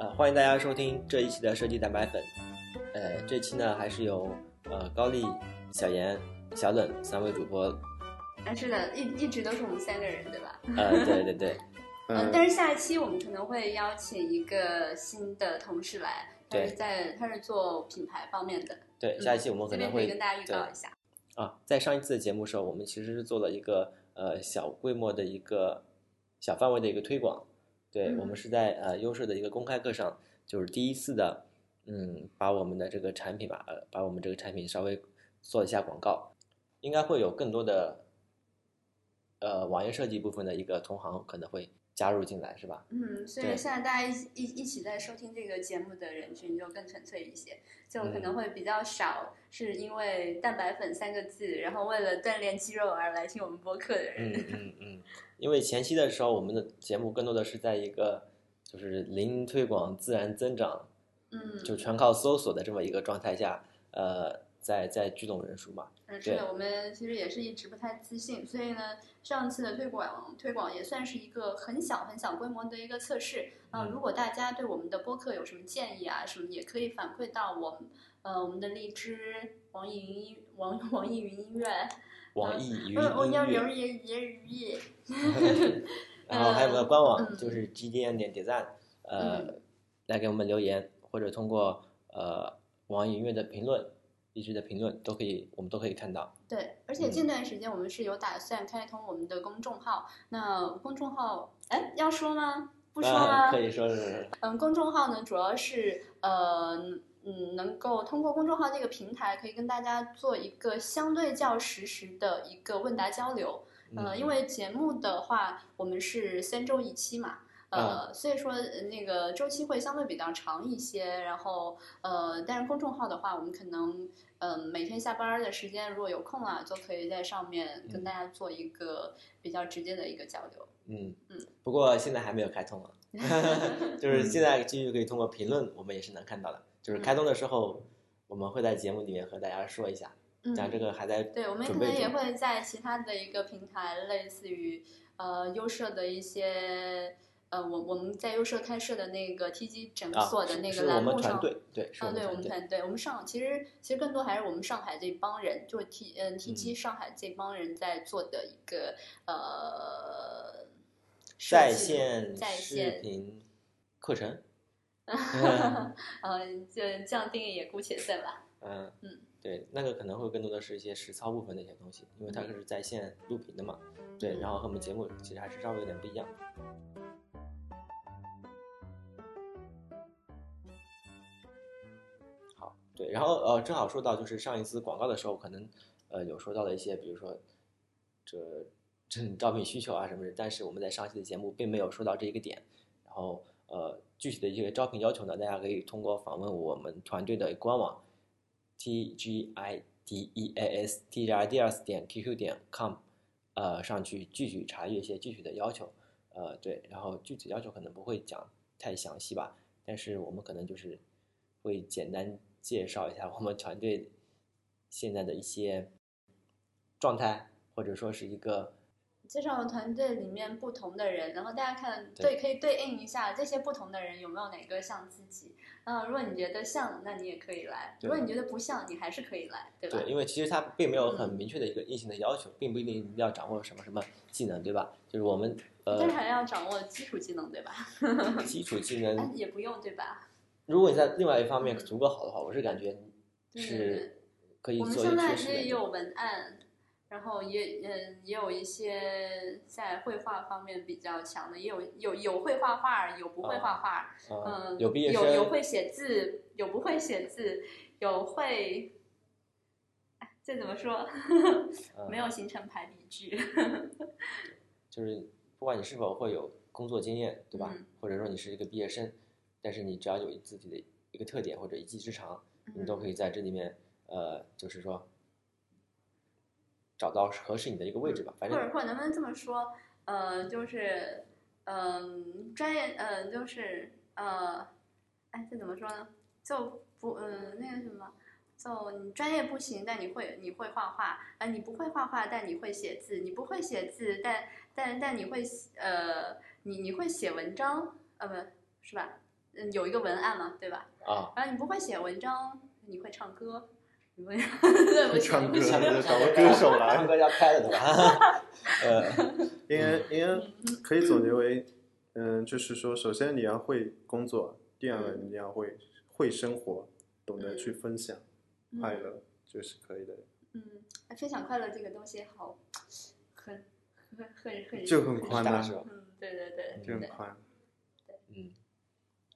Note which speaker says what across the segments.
Speaker 1: 呃欢迎大家收听这一期的设计蛋白粉。呃，这期呢还是由呃高丽、小严、小冷三位主播。
Speaker 2: 啊，是的，一一直都是我们三个人，对吧？
Speaker 1: 呃，对对对，
Speaker 2: 嗯，但是下一期我们可能会邀请一个新的同事来，他
Speaker 1: 对
Speaker 2: 是在他是做品牌方面的，
Speaker 1: 对，下一期我们
Speaker 2: 嗯这
Speaker 1: 可能
Speaker 2: 边可以
Speaker 1: 会
Speaker 2: 跟大家预
Speaker 1: 对
Speaker 2: 告一下。
Speaker 1: 啊，在上一次的节目时候，我们其实是做了一个呃小规模的一个小范围的一个推广。对，我们
Speaker 2: 嗯
Speaker 1: 是在呃优设的一个公开课上，就是第一次的，嗯，把我们的这个产品吧，呃，把我们这个产品稍微做一下广告，应该会有更多的呃网页设计部分的一个同行可能会加入进来，是吧？
Speaker 2: 嗯，所以
Speaker 1: 对
Speaker 2: 现在大家一起一一起在收听这个节目的人群就更纯粹一些，就可
Speaker 1: 嗯
Speaker 2: 能会比较少，是因为“蛋白粉”三个字，然后为了锻炼肌肉而来听我们播客的人。
Speaker 1: 嗯嗯嗯， 因为前期的时候，我们的节目更多的是在一个就是零推广自然增长。
Speaker 2: 嗯，
Speaker 1: 就全靠搜索的这么一个状态下，呃，在在聚拢人数嘛。
Speaker 2: 嗯，是的，我们其实也是一直不太自信，所以呢，上次的推广推广也算是一个很小很小规模的一个测试。嗯、
Speaker 1: 嗯
Speaker 2: 如果大家对我们的播客有什么建议啊，什么也可以反馈到我们，呃，我们的荔枝、网易云音、网 网易云音乐，呃
Speaker 1: 网易云音
Speaker 2: 不是，我要
Speaker 1: 乐，
Speaker 2: 人也也也，
Speaker 1: 然后还有我们的官网
Speaker 2: 嗯
Speaker 1: 就是 gdn 点 design，呃
Speaker 2: 嗯，
Speaker 1: 来给我们留言，或者通过呃网易云音乐的评论、荔枝的评论都可以，我们都可以看到。
Speaker 2: 对，
Speaker 1: 嗯
Speaker 2: 而且近段时间我们是有打算开通我们的公众号，那公众号，哎，要说吗？不说吗？
Speaker 1: 啊，可以说是
Speaker 2: 嗯，公众号呢，主要是呃，嗯，能够通过公众号这个平台，可以跟大家做一个相对较实时的一个问答交流。呃，
Speaker 1: 嗯
Speaker 2: 因为节目的话，我们是三周一期嘛。呃，所以说呃那个周期会相对比较长一些，然后呃，但是公众号的话，我们可能嗯、呃每天下班儿的时间如果有空啊，就可以在上面跟
Speaker 1: 嗯
Speaker 2: 大家做一个比较直接的一个交流。
Speaker 1: 嗯
Speaker 2: 嗯，
Speaker 1: 不过现在还没有开通啊，就是现在继续可以通过评论，我们也是能看到的。就是开通的时候，我们会在节目里面和大家说一下，
Speaker 2: 嗯，
Speaker 1: 讲这个还在
Speaker 2: 对，我们可
Speaker 1: 准备
Speaker 2: 能也
Speaker 1: 中
Speaker 2: 会在其他的一个平台，类似于呃优设的一些呃，我我们在优设开设的那个 TG 诊
Speaker 1: 啊，
Speaker 2: 所的那
Speaker 1: 是
Speaker 2: 个栏
Speaker 1: 我们
Speaker 2: 目上，
Speaker 1: 团队，对，是
Speaker 2: 啊，对我
Speaker 1: 团
Speaker 2: 们
Speaker 1: 队。
Speaker 2: 团队，我们上其实其实更多还是我们上海这帮人，就是 T 嗯 TG 上海这帮人在做的一个呃设
Speaker 1: 在
Speaker 2: 计
Speaker 1: 线
Speaker 2: 在
Speaker 1: 视
Speaker 2: 线，
Speaker 1: 频课 程，
Speaker 2: 嗯、这这样定义也姑且算吧。
Speaker 1: 嗯
Speaker 2: 嗯，
Speaker 1: 对，那个可能会更多的是一些实操部分的一些东西，因为它
Speaker 2: 嗯
Speaker 1: 是在线录屏的嘛，对，然后和我们节目其实还是稍微有点不一样。好，对，然后呃，正好说到就是上一次广告的时候，可能呃有说到了一些，比如说这这招聘需求啊什么的，但是我们在上期的节目并没有说到这一个点。然后呃，具体的一些招聘要求呢，大家可以通过访问我们团队的官网 t g i d e a s t g i d e a s 点 q q 点 com，呃，上去具体查阅一些具体的要求。呃，对，然后具体要求可能不会讲太详细吧，但是我们可能就是会简单介绍一下我们团队现在的一些状态，或者说是一个
Speaker 2: 介绍团队里面不同的人，然后大家看
Speaker 1: 对
Speaker 2: 对，可以对应一下这些不同的人有没有哪个像自己。嗯，如果你觉得像，那你也可以来；
Speaker 1: 对
Speaker 2: 如果你觉得不像，你还是可以来，对吧？
Speaker 1: 对，因为其实它并没有很明确的一个硬性的要求，并不一定一定要掌握什么什么技能，对吧？就是我们呃
Speaker 2: 但是还要掌握基础技能，对吧？
Speaker 1: 基础技
Speaker 2: 哎
Speaker 1: 能，
Speaker 2: 也不用，对吧？
Speaker 1: 如果你在另外一方面
Speaker 2: 嗯
Speaker 1: 足够好的话，我是感觉
Speaker 2: 对对对
Speaker 1: 是可以
Speaker 2: 我们
Speaker 1: 做一
Speaker 2: 现
Speaker 1: 个
Speaker 2: 在
Speaker 1: 确
Speaker 2: 其
Speaker 1: 实
Speaker 2: 实也
Speaker 1: 的。
Speaker 2: 有文案，然后也嗯也有一些在绘画方面比较强的，也有有有会画画，有不
Speaker 1: 哦
Speaker 2: 会画画，
Speaker 1: 啊
Speaker 2: 嗯，
Speaker 1: 有毕业
Speaker 2: 有有
Speaker 1: 生，
Speaker 2: 会写字，有不会写字，有会，哎这怎么说？
Speaker 1: 嗯
Speaker 2: 没有形成排比句。
Speaker 1: 就是不管你是否会有工作经验，对吧
Speaker 2: 嗯？
Speaker 1: 或者说你是一个毕业生，但是你只要有自己的一个特点或者一技之长，你都可以在这里面呃，就是说找到合适你的一个位置吧。反
Speaker 2: 或者
Speaker 1: 正
Speaker 2: 或者能不能这么说？呃，就是，嗯、专业，呃，就是，呃，哎，这怎么说呢？就不，嗯、那个什么，就你专业不行，但你会，你会画画，啊，你不会画画，但你会写字，你不会写字，但但但你会，呃，你你会写文章，呃，不是吧？嗯有一个文案嘛，对吧？
Speaker 1: 啊，
Speaker 2: 然后你不会写文章，你会唱歌，你会 对
Speaker 3: 会
Speaker 2: 不起
Speaker 3: 唱歌，
Speaker 2: 不起
Speaker 3: 就找个歌手来
Speaker 1: 唱。歌要开了对 吧？呃，
Speaker 3: 应该应该可以总结为，嗯，就是说，首先你要会工作，第二个
Speaker 2: 嗯
Speaker 3: 你要会会生活，懂得去分享
Speaker 2: 嗯
Speaker 3: 快乐，就是可以的，
Speaker 2: 嗯，哎分享快乐这个东西好，很很很很
Speaker 3: 就很宽
Speaker 1: 大
Speaker 3: 大，
Speaker 1: 是吧？
Speaker 2: 嗯，对对对，
Speaker 3: 就很
Speaker 2: 对
Speaker 3: 宽。
Speaker 1: 嗯，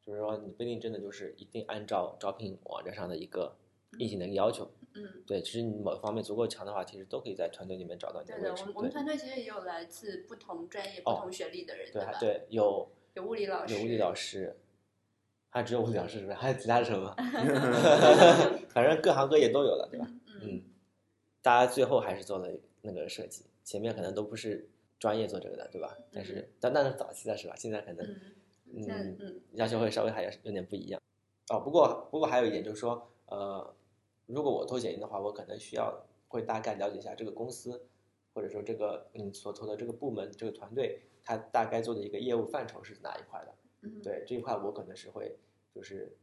Speaker 1: 就是说你不一定真的就是一定按照招聘网站上的一个硬性的一个要求，
Speaker 2: 嗯，
Speaker 1: 对，其实你某方面足够强的话，其实都可以在团队里面找到你的
Speaker 2: 对
Speaker 1: 位
Speaker 2: 的，我
Speaker 1: 置
Speaker 2: 们。我们
Speaker 1: 对
Speaker 2: 团队其实也有来自不同专业、不
Speaker 1: 哦
Speaker 2: 同学历的人，
Speaker 1: 对啊
Speaker 2: 吧？
Speaker 1: 对，有
Speaker 2: 有物理老师，
Speaker 1: 有物理老师，还只有物理老师是不是？还有其他是什 么？ 反正各行各业都有了，对吧？
Speaker 2: 嗯
Speaker 1: 嗯，大家最后还是做了那个设计，前面可能都不是专业做这个的，对吧？但是但那是早期的是吧？现在可能
Speaker 2: 嗯，现在
Speaker 1: 嗯
Speaker 2: 嗯
Speaker 1: 要求会稍微还有有点不一样。哦，不过不过还有一点就是说，呃，如果我投简历的话，我可能需要会大概了解一下这个公司，或者说这个你所投的这个部门、这个团队，它大概做的一个业务范畴是哪一块的。
Speaker 2: 嗯，
Speaker 1: 对这一块，我可能是会就是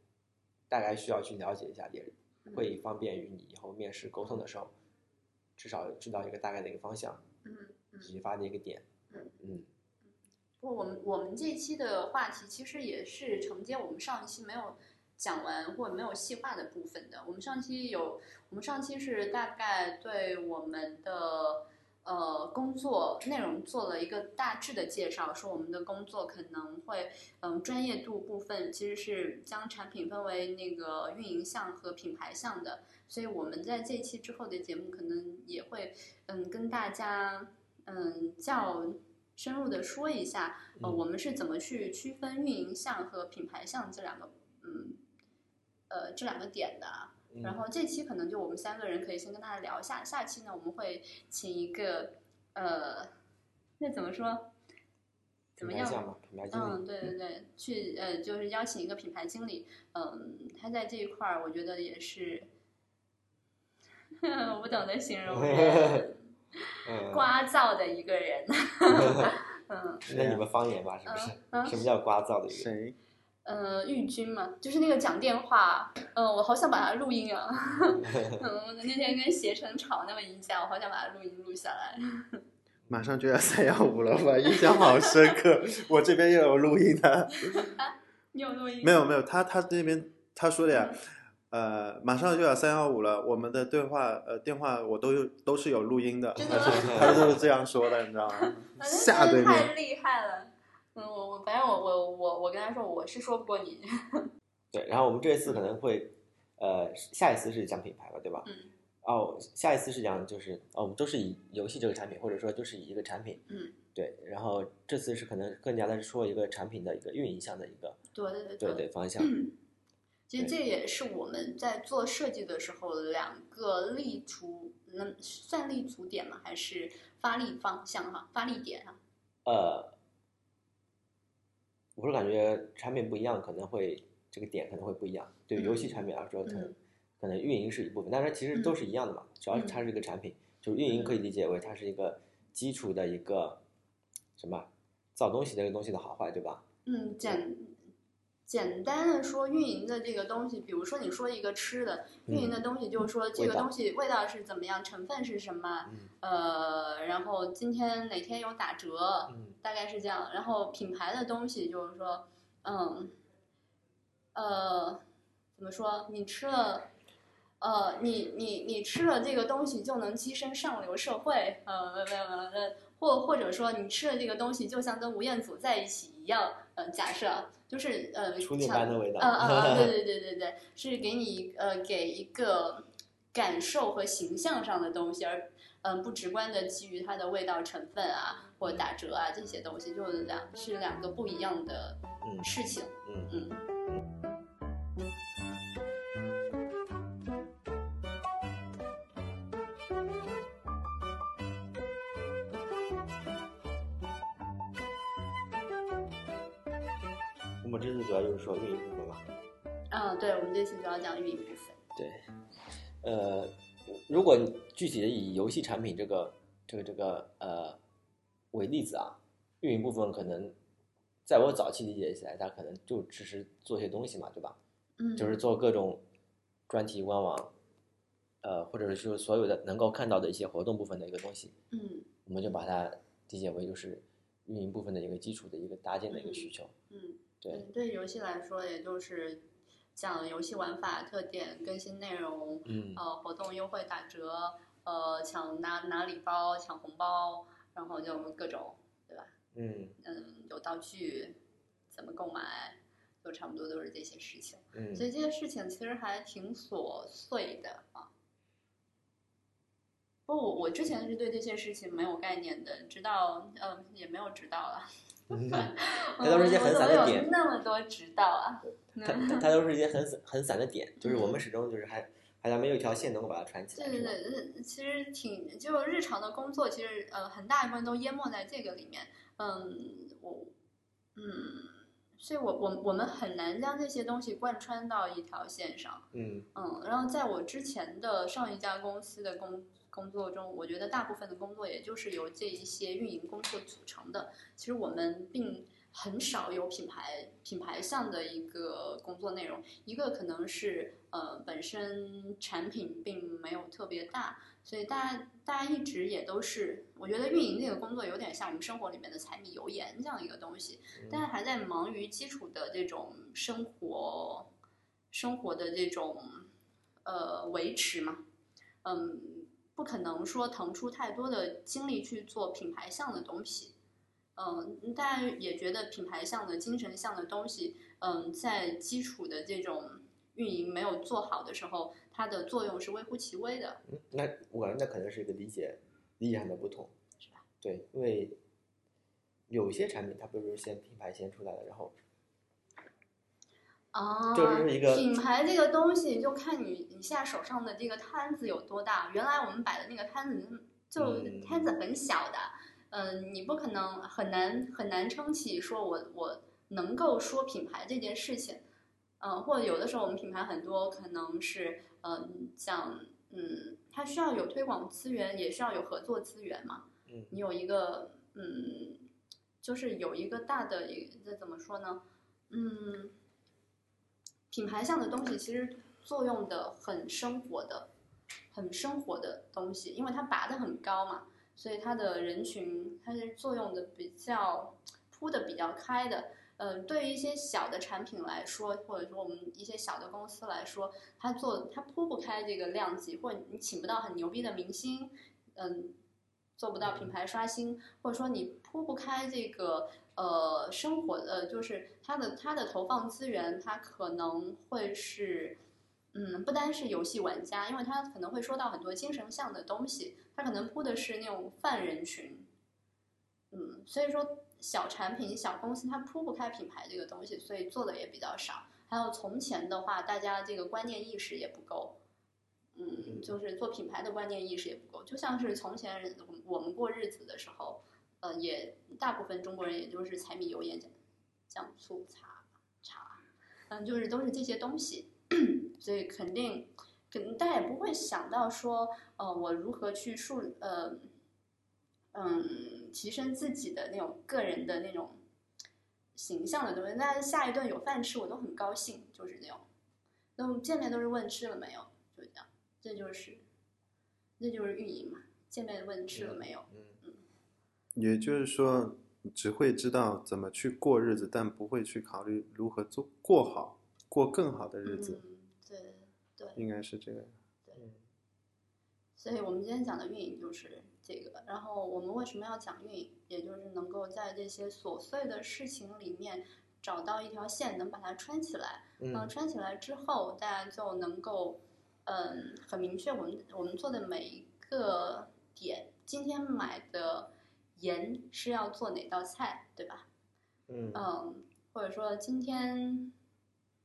Speaker 1: 大概需要去了解一下，也
Speaker 2: 嗯
Speaker 1: 会方便于你以后面试沟通的时候，至少知道一个大概的一个方向，
Speaker 2: 嗯嗯。
Speaker 1: 引发的一个点
Speaker 2: 嗯。
Speaker 1: 嗯，
Speaker 2: 不，我们我们这一期的话题其实也是承接我们上一期没有讲完或没有细化的部分的。我们上期有，我们上期是大概对我们的呃工作内容做了一个大致的介绍，说我们的工作可能会嗯专业度部分其实是将产品分为那个运营项和品牌项的，所以我们在这一期之后的节目可能也会嗯跟大家嗯较深入的说一下，呃，
Speaker 1: 嗯
Speaker 2: 我们是怎么去区分运营项和品牌项这两个，嗯，呃，这两个点的啊。
Speaker 1: 嗯
Speaker 2: 然后这期可能就我们三个人可以先跟大家聊一下，下期呢我们会请一个，呃，那怎么说？怎么
Speaker 1: 品牌
Speaker 2: 样？
Speaker 1: 项嘛，品牌经理。
Speaker 2: 嗯，对对对，去呃，就是邀请一个品牌经理，嗯，他在这一块儿，我觉得也是， 我不懂得形 容人，
Speaker 1: 嗯，
Speaker 2: 聒噪的一个人，嗯
Speaker 1: 那你们方言吧，是不是？
Speaker 2: 嗯
Speaker 1: 什么叫聒噪的一个？
Speaker 3: 谁？
Speaker 2: 呃，玉军嘛，就是那个讲电话，嗯、我好想把它录 音啊，嗯，我那天跟携程吵那么一架，我好想把它录音录下来。
Speaker 3: 马上就要三幺五了吧？印象好深刻。 我这边又有录音的，
Speaker 2: 你有录音？
Speaker 3: 没有没有，他他那边他说的呀。呃，马上就要三幺五了，我们的对话呃电话我都有都是有录音的，
Speaker 2: 真
Speaker 3: 他
Speaker 2: 的吗
Speaker 3: 是他都是这样说的，你知道吗？
Speaker 2: 反正
Speaker 3: 吓
Speaker 2: 真的
Speaker 3: 对
Speaker 2: 太
Speaker 3: 面，
Speaker 2: 厉害了。嗯，我我反正我我我我跟他说我是说不过你，
Speaker 3: 嗯
Speaker 1: 对，然后我们这次可能会，呃，下一次是讲品牌了，对吧？
Speaker 2: 嗯
Speaker 1: 哦，下一次是讲就是哦，我们都是以游戏这个产品，或者说就是以一个产品，
Speaker 2: 嗯，
Speaker 1: 对。然后这次是可能更加的说一个产品的一个运营项的一个
Speaker 2: 对对对
Speaker 1: 对对方
Speaker 2: 嗯
Speaker 1: 向，
Speaker 2: 其实
Speaker 1: 对
Speaker 2: 这也是我们在做设计的时候两个立足，能算立足点吗？还是发力方向哈、发力点啊？
Speaker 1: 呃，我是感觉产品不一样，可能会这个点可能会不一样。对于游戏产品来说，可能
Speaker 2: 嗯
Speaker 1: 可能运营是一部分，但是其实都是一样的嘛，只要
Speaker 2: 嗯
Speaker 1: 是它是一个产品，就是运营可以理解为它是一个基础的一个什么造东西的一个东西的好坏，对吧？
Speaker 2: 嗯，简简单的说，运营的这个东西，比如说你说一个吃的，运营的东西就是说这
Speaker 1: 嗯味
Speaker 2: 个
Speaker 1: 道
Speaker 2: 东西味道是怎么样，成分是什么，
Speaker 1: 嗯
Speaker 2: 呃，然后今天哪天有打折，
Speaker 1: 嗯
Speaker 2: 大概是这样。然后品牌的东西就是说，嗯，呃，怎么说？你吃了。呃，你你你吃了这个东西就能跻身上流社会，呃，没有没有呃，或或者说你吃了这个东西就像跟吴彦祖在一起一样，呃，假设啊就是呃，
Speaker 1: 初恋
Speaker 2: 强
Speaker 1: 般的味道
Speaker 2: 嗯嗯 嗯，对对对对对，是给你呃给一个感受和形象上的东西，而嗯、不直观的基于它的味道、成分
Speaker 1: 嗯
Speaker 2: 啊或者打折啊这些东西，就是两是两个不一样的
Speaker 1: 嗯
Speaker 2: 事情。
Speaker 1: 嗯
Speaker 2: 嗯。
Speaker 1: 我们这次主要就是说运营部分嘛。
Speaker 2: 嗯，对，我们这次主要讲运营部分。
Speaker 1: 对，呃，如果你具体的以游戏产品这个这个这个呃为例子啊，运营部分可能在我早期理解起来，他可能就只是做些东西嘛，对吧？
Speaker 2: 嗯，
Speaker 1: 就是做各种专题官网，呃，或者是所有的能够看到的一些活动部分的一个东西，
Speaker 2: 嗯
Speaker 1: 我们就把它理解为就是运营部分的一个基础的一个搭建的一个需求。
Speaker 2: 嗯，
Speaker 1: 对，
Speaker 2: 对游戏来说，也就是讲游戏玩法特点、更新内容、
Speaker 1: 嗯
Speaker 2: 呃活动优惠打折、呃抢拿拿礼包、抢红包，然后就各种
Speaker 1: 嗯
Speaker 2: 嗯有道具怎么购买，就差不多都是这些事情。所
Speaker 1: 嗯，
Speaker 2: 以这些事情其实还挺琐碎的啊。不，我我之前是对这些事情没有概念的，直到嗯也没有直到了，
Speaker 1: 嗯它都是一些很散的点
Speaker 2: 我怎么有那么多直到啊，
Speaker 1: 它 它它都是一些很散很散的点，就是我
Speaker 2: 嗯
Speaker 1: 们始终就是还还咱们有一条线能够把它串起
Speaker 2: 对
Speaker 1: 来，
Speaker 2: 对
Speaker 1: 是吧？
Speaker 2: 对，嗯其实挺就日常的工作，其实呃很大一部分都淹没在这个里面。嗯，我嗯，所以我我我们很难将这些东西贯穿到一条线上。
Speaker 1: 嗯
Speaker 2: 嗯，然后在我之前的上一家公司的工工作中，我觉得大部分的工作也就是由这一些运营工作组成的。其实我们并很少有品牌品牌上的一个工作内容，一个可能是呃本身产品并没有特别大，所以大家大家一直也都是，我觉得运营这个工作有点像我们生活里面的柴米油盐这样一个东西，但是还在忙于基础的这种生活、生活的这种呃维持嘛，嗯，不可能说腾出太多的精力去做品牌项的东西，嗯，大家也觉得品牌项的精神项的东西，嗯，在基础的这种运营没有做好的时候，它的作用是微乎其微的，
Speaker 1: 嗯，那我感觉那可能是一个理解理解上的不同，
Speaker 2: 是吧？
Speaker 1: 对，因为有些产品它不是先品牌先出来的，然后
Speaker 2: 啊，
Speaker 1: 这就是一个
Speaker 2: 品牌这个东西，就看你你现在手上的这个摊子有多大。原来我们摆的那个摊子就
Speaker 1: 嗯
Speaker 2: 摊子很小的，嗯、你不可能很难很难撑起说我我能够说品牌这件事情，嗯、或者有的时候我们品牌很多可能是嗯、呃像嗯，它需要有推广资源，也需要有合作资源嘛。
Speaker 1: 嗯
Speaker 2: 你有一个嗯，就是有一个大的一这怎么说呢？嗯，品牌上的东西其实作用的很生活的，很生活的东西，因为它拔得很高嘛，所以它的人群它是作用的比较铺的比较开的。嗯，对于一些小的产品来说，或者说我们一些小的公司来说，它做它铺不开这个量级，或者你请不到很牛逼的明星，嗯，做不到品牌刷新，或者说你铺不开这个呃生活呃，就是它的它的投放资源，它可能会是。嗯，不单是游戏玩家，因为它可能会说到很多精神上的东西，它可能铺的是那种泛人群，嗯，所以说小产品、小公司它铺不开品牌这个东西，所以做的也比较少。还有从前的话，大家这个观念意识也不够，嗯，
Speaker 1: 嗯
Speaker 2: 就是做品牌的观念意识也不够。就像是从前人我们我们过日子的时候，呃，也大部分中国人也就是柴米油盐酱酱醋茶茶，嗯，就是都是这些东西， 所以肯定，肯大家也不会想到说，呃，我如何去树呃，嗯，提升自己的那种个人的那种形象的东西。那下一顿有饭吃，我都很高兴，就是这种。那我们见面都是问吃了没有，就这样，这就是，这就是运营嘛。见面问吃了没有，
Speaker 1: 嗯
Speaker 3: 也就是说，你只会知道怎么去过日子，但不会去考虑如何做过好、过更好的日子，
Speaker 2: 嗯，对对。
Speaker 3: 应该是这个。
Speaker 1: 嗯
Speaker 2: 所以我们今天讲的运营就是这个。然后我们为什么要讲运营，也就是能够在这些琐碎的事情里面找到一条线，能把它穿起来。嗯，
Speaker 1: 嗯
Speaker 2: 穿起来之后，大家就能够，嗯，很明确我们我们做的每一个点，今天买的盐是要做哪道菜，对吧？
Speaker 1: 嗯
Speaker 2: 嗯，或者说今天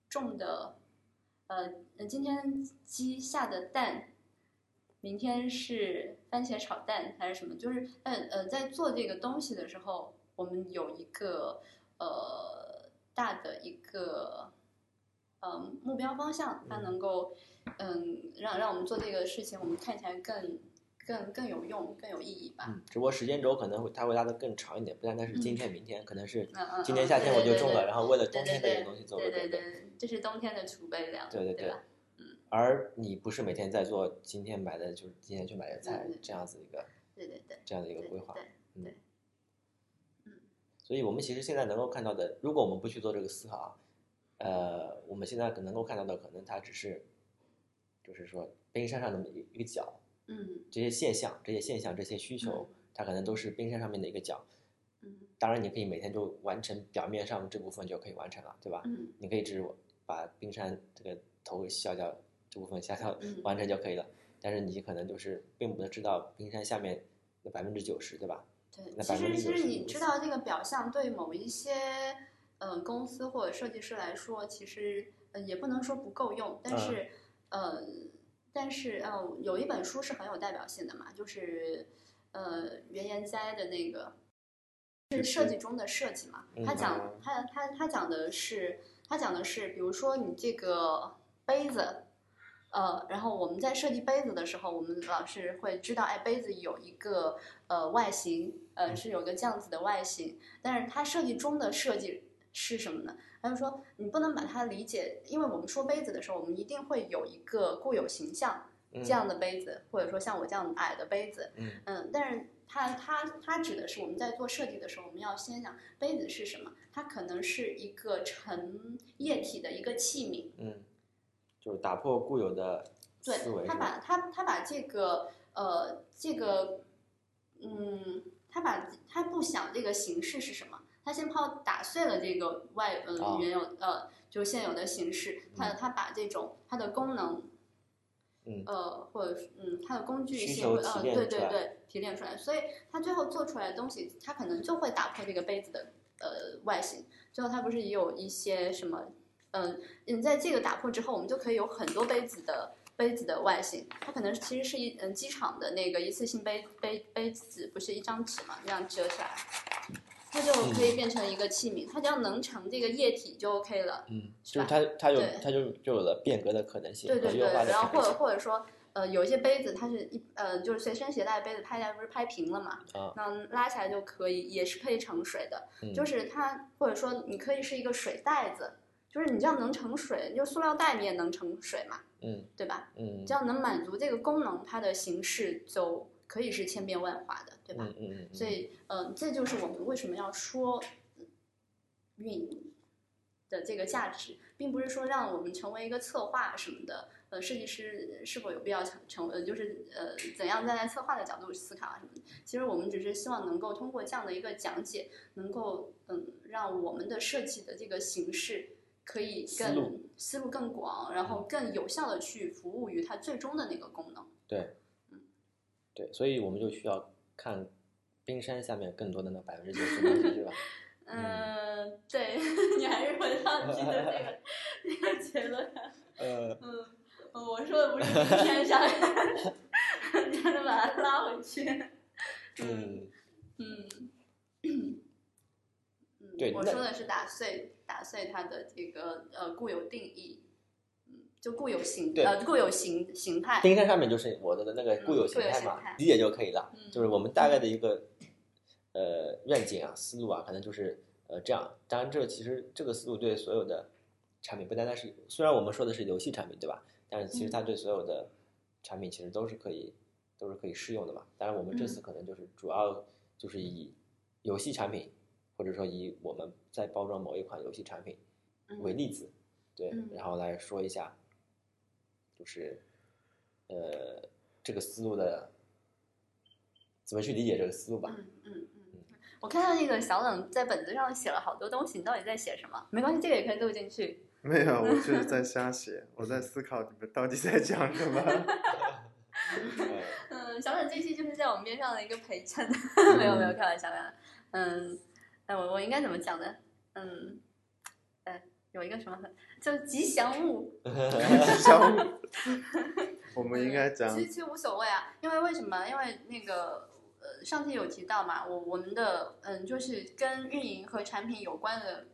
Speaker 2: 种的，呃，今天鸡下的蛋，明天是番茄炒蛋还是什么？就是，呃呃，在做这个东西的时候，我们有一个呃大的一个呃嗯目标方向，它能够嗯让让我们做这个事情，我们看起来更更更有用、更有意义吧。
Speaker 1: 嗯，只不过时间轴可能会它会拉得更长一点，不单单是今天、明天，可能是
Speaker 2: 嗯嗯嗯嗯
Speaker 1: 今年夏天
Speaker 2: 对
Speaker 1: 我就
Speaker 2: 对
Speaker 1: 种
Speaker 2: 对
Speaker 1: 了，然后为了
Speaker 2: 对
Speaker 1: 冬
Speaker 2: 对
Speaker 1: 天
Speaker 2: 对
Speaker 1: 的这个东西做个
Speaker 2: 对对
Speaker 1: 准备。
Speaker 2: 对，这是冬天的储备粮，
Speaker 1: 对对对
Speaker 2: 吧？
Speaker 1: 而你不是每天在做今天买的，就是今天去买的菜
Speaker 2: 嗯嗯
Speaker 1: 这样子一个
Speaker 2: 对对对，
Speaker 1: 这样的一个
Speaker 2: 对
Speaker 1: 规划
Speaker 2: 对。
Speaker 1: 嗯
Speaker 2: 对嗯
Speaker 1: 所以我们其实现在能够看到的，如果我们不去做这个思考啊，呃，我们现在可能够看到的，可能它只是，就是说冰山上的一一个角，
Speaker 2: 嗯
Speaker 1: 这些现象、这些现象、这些需求，它可能都是冰山上面的一个角。
Speaker 2: 嗯
Speaker 1: 当然，你可以每天就完成表面上这部分就可以完成了，对吧？
Speaker 2: 嗯
Speaker 1: 你可以只把冰山这个头给削掉，这部分削掉
Speaker 2: 嗯
Speaker 1: 完成就可以了。但是你可能就是并不能知道冰山下面的百分之九十，对吧？
Speaker 2: 对，
Speaker 1: 那
Speaker 2: 其实其
Speaker 1: 95%
Speaker 2: 实你知
Speaker 1: 是
Speaker 2: 道这个表象对某一些嗯、呃公司或者设计师来说，其实、呃、也不能说不够用，但
Speaker 1: 嗯
Speaker 2: 是、呃，但是呃，有一本书是很有代表性的嘛，就是呃原研哉的那个是设计中的设计嘛，
Speaker 1: 嗯
Speaker 2: 他讲
Speaker 3: 嗯
Speaker 2: 他他他讲的是他讲的是，比如说你这个杯子。呃，然后我们在设计杯子的时候，我们老是会知道，哎，杯子有一个呃外形，呃是有个这样子的外形，但是它设计中的设计是什么呢？他就说你不能把它理解，因为我们说杯子的时候，我们一定会有一个固有形象，
Speaker 1: 嗯
Speaker 2: 这样的杯子，或者说像我这样矮的杯子，
Speaker 1: 嗯
Speaker 2: 嗯，但是它它它指的是我们在做设计的时候，我们要先想杯子是什么，它可能是一个盛液体的一个器皿。
Speaker 1: 嗯，就是打破固有的
Speaker 2: 对
Speaker 1: 思维，
Speaker 2: 他
Speaker 1: 是吧？
Speaker 2: 把他他把这个呃这个嗯，他把他不想这个形式是什么，他先抛打碎了这个外嗯、
Speaker 1: 哦
Speaker 2: 原有呃就现有的形式，他他把这种它的功能
Speaker 1: 嗯
Speaker 2: 呃或者是嗯它的工具
Speaker 1: 需
Speaker 2: 性
Speaker 1: 求
Speaker 2: 会
Speaker 1: 提
Speaker 2: 呃
Speaker 1: 炼
Speaker 2: 对
Speaker 1: 出来
Speaker 2: 对对提炼出来，所以他最后做出来的东西，他可能就会打破这个杯子的呃外形，最后他不是也有一些什么嗯，你在这个打破之后，我们就可以有很多杯子的杯子的外形，它可能其实是一嗯机场的那个一次性杯杯杯子，不是一张纸嘛，这样折起来，它就可
Speaker 1: 嗯
Speaker 2: 以变成一个器皿，它只要能盛这个液体就 OK 了。
Speaker 1: 嗯，就
Speaker 2: 是
Speaker 1: 是
Speaker 2: 吧
Speaker 1: 它它有
Speaker 2: 对
Speaker 1: 它就就有了变革的可能性
Speaker 2: 对
Speaker 1: 和
Speaker 2: 对对，
Speaker 1: 优化的
Speaker 2: 然后
Speaker 1: 可
Speaker 2: 或
Speaker 1: 能
Speaker 2: 者
Speaker 1: 性
Speaker 2: 或者说。呃，有一些杯子它是一呃，就是随身携带杯子拍下来不是拍平了嘛，
Speaker 1: 啊，
Speaker 2: 那拉起来就可以，也是可以盛水的。
Speaker 1: 嗯
Speaker 2: 就是它，或者说你可以是一个水袋子，就是你这样能盛水，就塑料袋你也能盛水嘛，
Speaker 1: 嗯
Speaker 2: 对吧？
Speaker 1: 嗯
Speaker 2: 只要能满足这个功能，它的形式就可以是千变万化的，对吧？
Speaker 1: 嗯嗯嗯，
Speaker 2: 所以，嗯、这就是我们为什么要说嗯运的这个价值，并不是说让我们成为一个策划什么的。呃，设计师是否有必要成成呃，就是呃，怎样站在策划的角度思考啊什么的？其实我们只是希望能够通过这样的一个讲解，能够嗯，让我们的设计的这个形式可以
Speaker 1: 思
Speaker 2: 更
Speaker 1: 路
Speaker 2: 思路更广，然后更有效的去服务于它最终的那个功能。
Speaker 1: 对，对，所以我们就需要看冰山下面更多的那百分之九十东西，是吧？
Speaker 2: 嗯，对， 你还是回到你的那个那个结论。
Speaker 1: 呃，
Speaker 2: 嗯，我说的不是今天想， 你还能把它拉回去。嗯
Speaker 1: 嗯，
Speaker 2: 嗯，嗯
Speaker 1: 对
Speaker 2: 我
Speaker 1: 那
Speaker 2: 说的是打碎打碎它的这个呃固有定义，嗯，就固有形
Speaker 1: 对
Speaker 2: 呃固有形形态。嗯
Speaker 1: 冰山上面就是我的那个固有形态
Speaker 2: 固有形
Speaker 1: 嘛
Speaker 2: 态，
Speaker 1: 理解就可以了。
Speaker 2: 嗯
Speaker 1: 就是我们大概的一个呃愿景啊、思路啊，可能就是呃这样。当然，这其实这个思路对所有的产品不单单是，虽然我们说的是游戏产品，对吧？但是其实它
Speaker 2: 嗯
Speaker 1: 对所有的产品其实都是可以、都是可以适用的嘛。当然，我们这
Speaker 2: 嗯
Speaker 1: 次可能就是主要就是以游戏产品，或者说以我们在包装某一款游戏产品为例子，对
Speaker 2: 嗯，
Speaker 1: 然后来说一下，就是呃这个思路的怎么去理解这个思路吧。
Speaker 2: 嗯嗯嗯，我看到那个小冷在本子上写了好多东西，你到底在写什么？没关系，这个也可以录进去。
Speaker 3: 没有，我就是在瞎写，我在思考你们到底在讲 什 么。
Speaker 1: 呃
Speaker 2: 嗯，小沈这期就是在我们边上的一个陪衬， 没有没有开玩笑开玩笑。嗯，那我我应该怎么讲呢？嗯，呃，有一个什么，就吉祥物，
Speaker 3: 小五，我们应该讲
Speaker 2: 其实其实无所谓啊，因为为什么？因为那个呃，上次有提到嘛，我我们的嗯，就是跟运营和产品有关的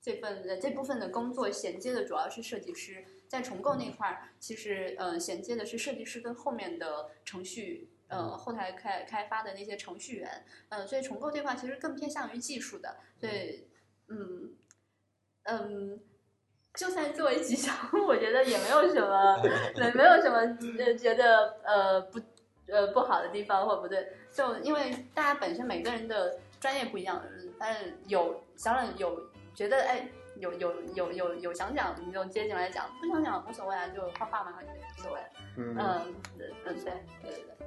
Speaker 2: 这份呃这部分的工作衔接的主要是设计师，在重构那块儿，其实呃衔接的是设计师跟后面的程序呃后台开开发的那些程序员，呃，所以重构这块其实更偏向于技术的，所以嗯嗯。就算作为吉祥物，我觉得也没有什么，没没有什么呃觉得呃不呃不好的地方或不对，就因为大家本身每个人的专业不一样，嗯但是有小冷有觉得哎有有有有有想讲你就接进来讲，不想讲无所谓啊，就画画嘛无所谓，嗯
Speaker 3: 嗯，
Speaker 2: 嗯对对对对对。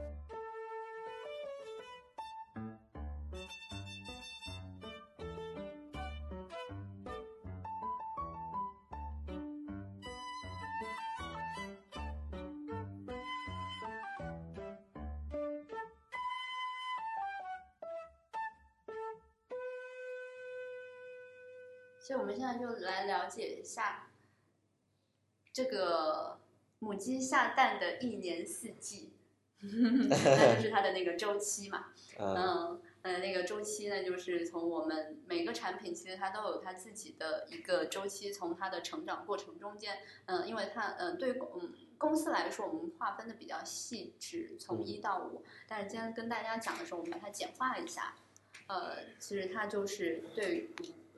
Speaker 2: 所以我们现在就来了解一下这个母鸡下蛋的一年四 季，那就是它的那个周期嘛。
Speaker 1: 嗯
Speaker 2: 嗯，呃，那个周期呢，就是从我们每个产品其实它都有它自己的一个周期，从它的成长过程中间，嗯、因为它，嗯、对于公嗯公司来说，我们划分的比较细致，从
Speaker 1: 嗯
Speaker 2: 一到五、但是今天跟大家讲的时候，我们把它简化一下，呃，其实它就是对于。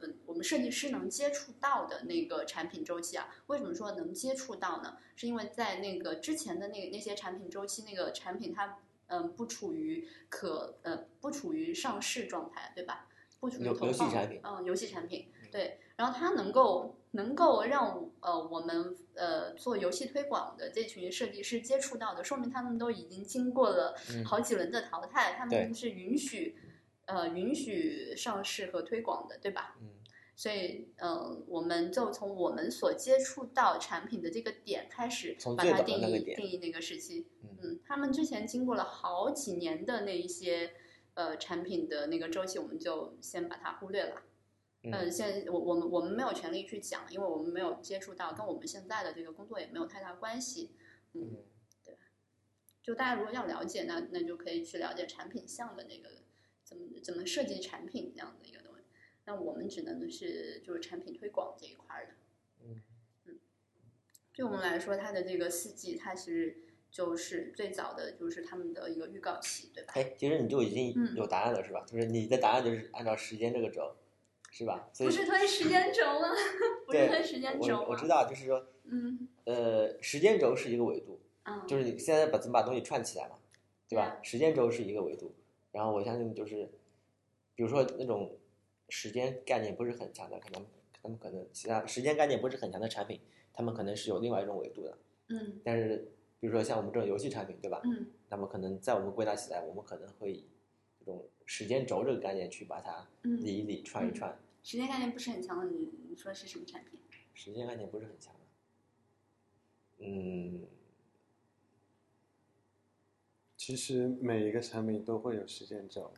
Speaker 2: 嗯，我们设计师能接触到的那个产品周期啊，为什么说能接触到呢？是因为在那个之前的那个那些产品周期，那个产品它嗯不处于可呃不处于上市状态，对吧？不处于
Speaker 1: 游
Speaker 2: 投放
Speaker 1: 游戏产品
Speaker 2: 嗯，游戏产品对。然后它能够能够让呃我们呃做游戏推广的这群设计师接触到的，说明他们都已经经过了
Speaker 1: 嗯
Speaker 2: 好几轮的淘汰，他
Speaker 1: 对
Speaker 2: 们是允许呃允许上市和推广的，对吧？
Speaker 1: 嗯
Speaker 2: 所以，嗯，我们就从我们所接触到产品的这个点开始
Speaker 1: 从，
Speaker 2: 把
Speaker 1: 最
Speaker 2: 它
Speaker 1: 早的
Speaker 2: 定
Speaker 1: 那个
Speaker 2: 义
Speaker 1: 点
Speaker 2: 定义那个时期。
Speaker 1: 嗯
Speaker 2: 嗯，他们之前经过了好几年的那一些呃产品的那个周期，我们就先把它忽略了。
Speaker 1: 嗯
Speaker 2: 呃，现在我我们我们没有权利去讲，因为我们没有接触到，跟我们现在的这个工作也没有太大关系。嗯，
Speaker 1: 嗯
Speaker 2: 就大家如果要了解，那那就可以去了解产品项的那个怎么怎么设计产品这样的一个东西。那我们只能是就是产品推广这一块儿的。
Speaker 1: 嗯
Speaker 2: 对我们来说，它的这个四季，它其实就是最早的就是他们的一个预告期，对吧？
Speaker 1: 哎，其实你就已
Speaker 2: 嗯
Speaker 1: 经有答案了，是吧？就是你的答案就是按照时间这个轴，是吧？所以
Speaker 2: 不是推时间轴 吗？不是
Speaker 1: 对
Speaker 2: 推时间轴吗
Speaker 1: 我我知道，就是说，
Speaker 2: 嗯
Speaker 1: 呃，时间轴是一个维度，
Speaker 2: 嗯，
Speaker 1: 就是你现在把怎么把东西串起来嘛，对吧？
Speaker 2: 对啊
Speaker 1: 时间轴是一个维度，然后我相信就是，比如说那种时间概念不是很强的，可能他们可能其他时间概念不是很强的产品，他们可能是有另外一种维度的。
Speaker 2: 嗯
Speaker 1: 但是比如说像我们这种游戏产品，对吧？
Speaker 2: 嗯
Speaker 1: 那么可能在我们归纳起来，我们可能会以这种时间轴这个概念去把它理
Speaker 2: 嗯，
Speaker 1: 一理、串一
Speaker 2: 嗯
Speaker 1: 串。
Speaker 2: 时间概念不是很强的，你你说是什么产品？
Speaker 1: 时间概念不是很强的。嗯，
Speaker 3: 其实每一个产品都会有时间轴，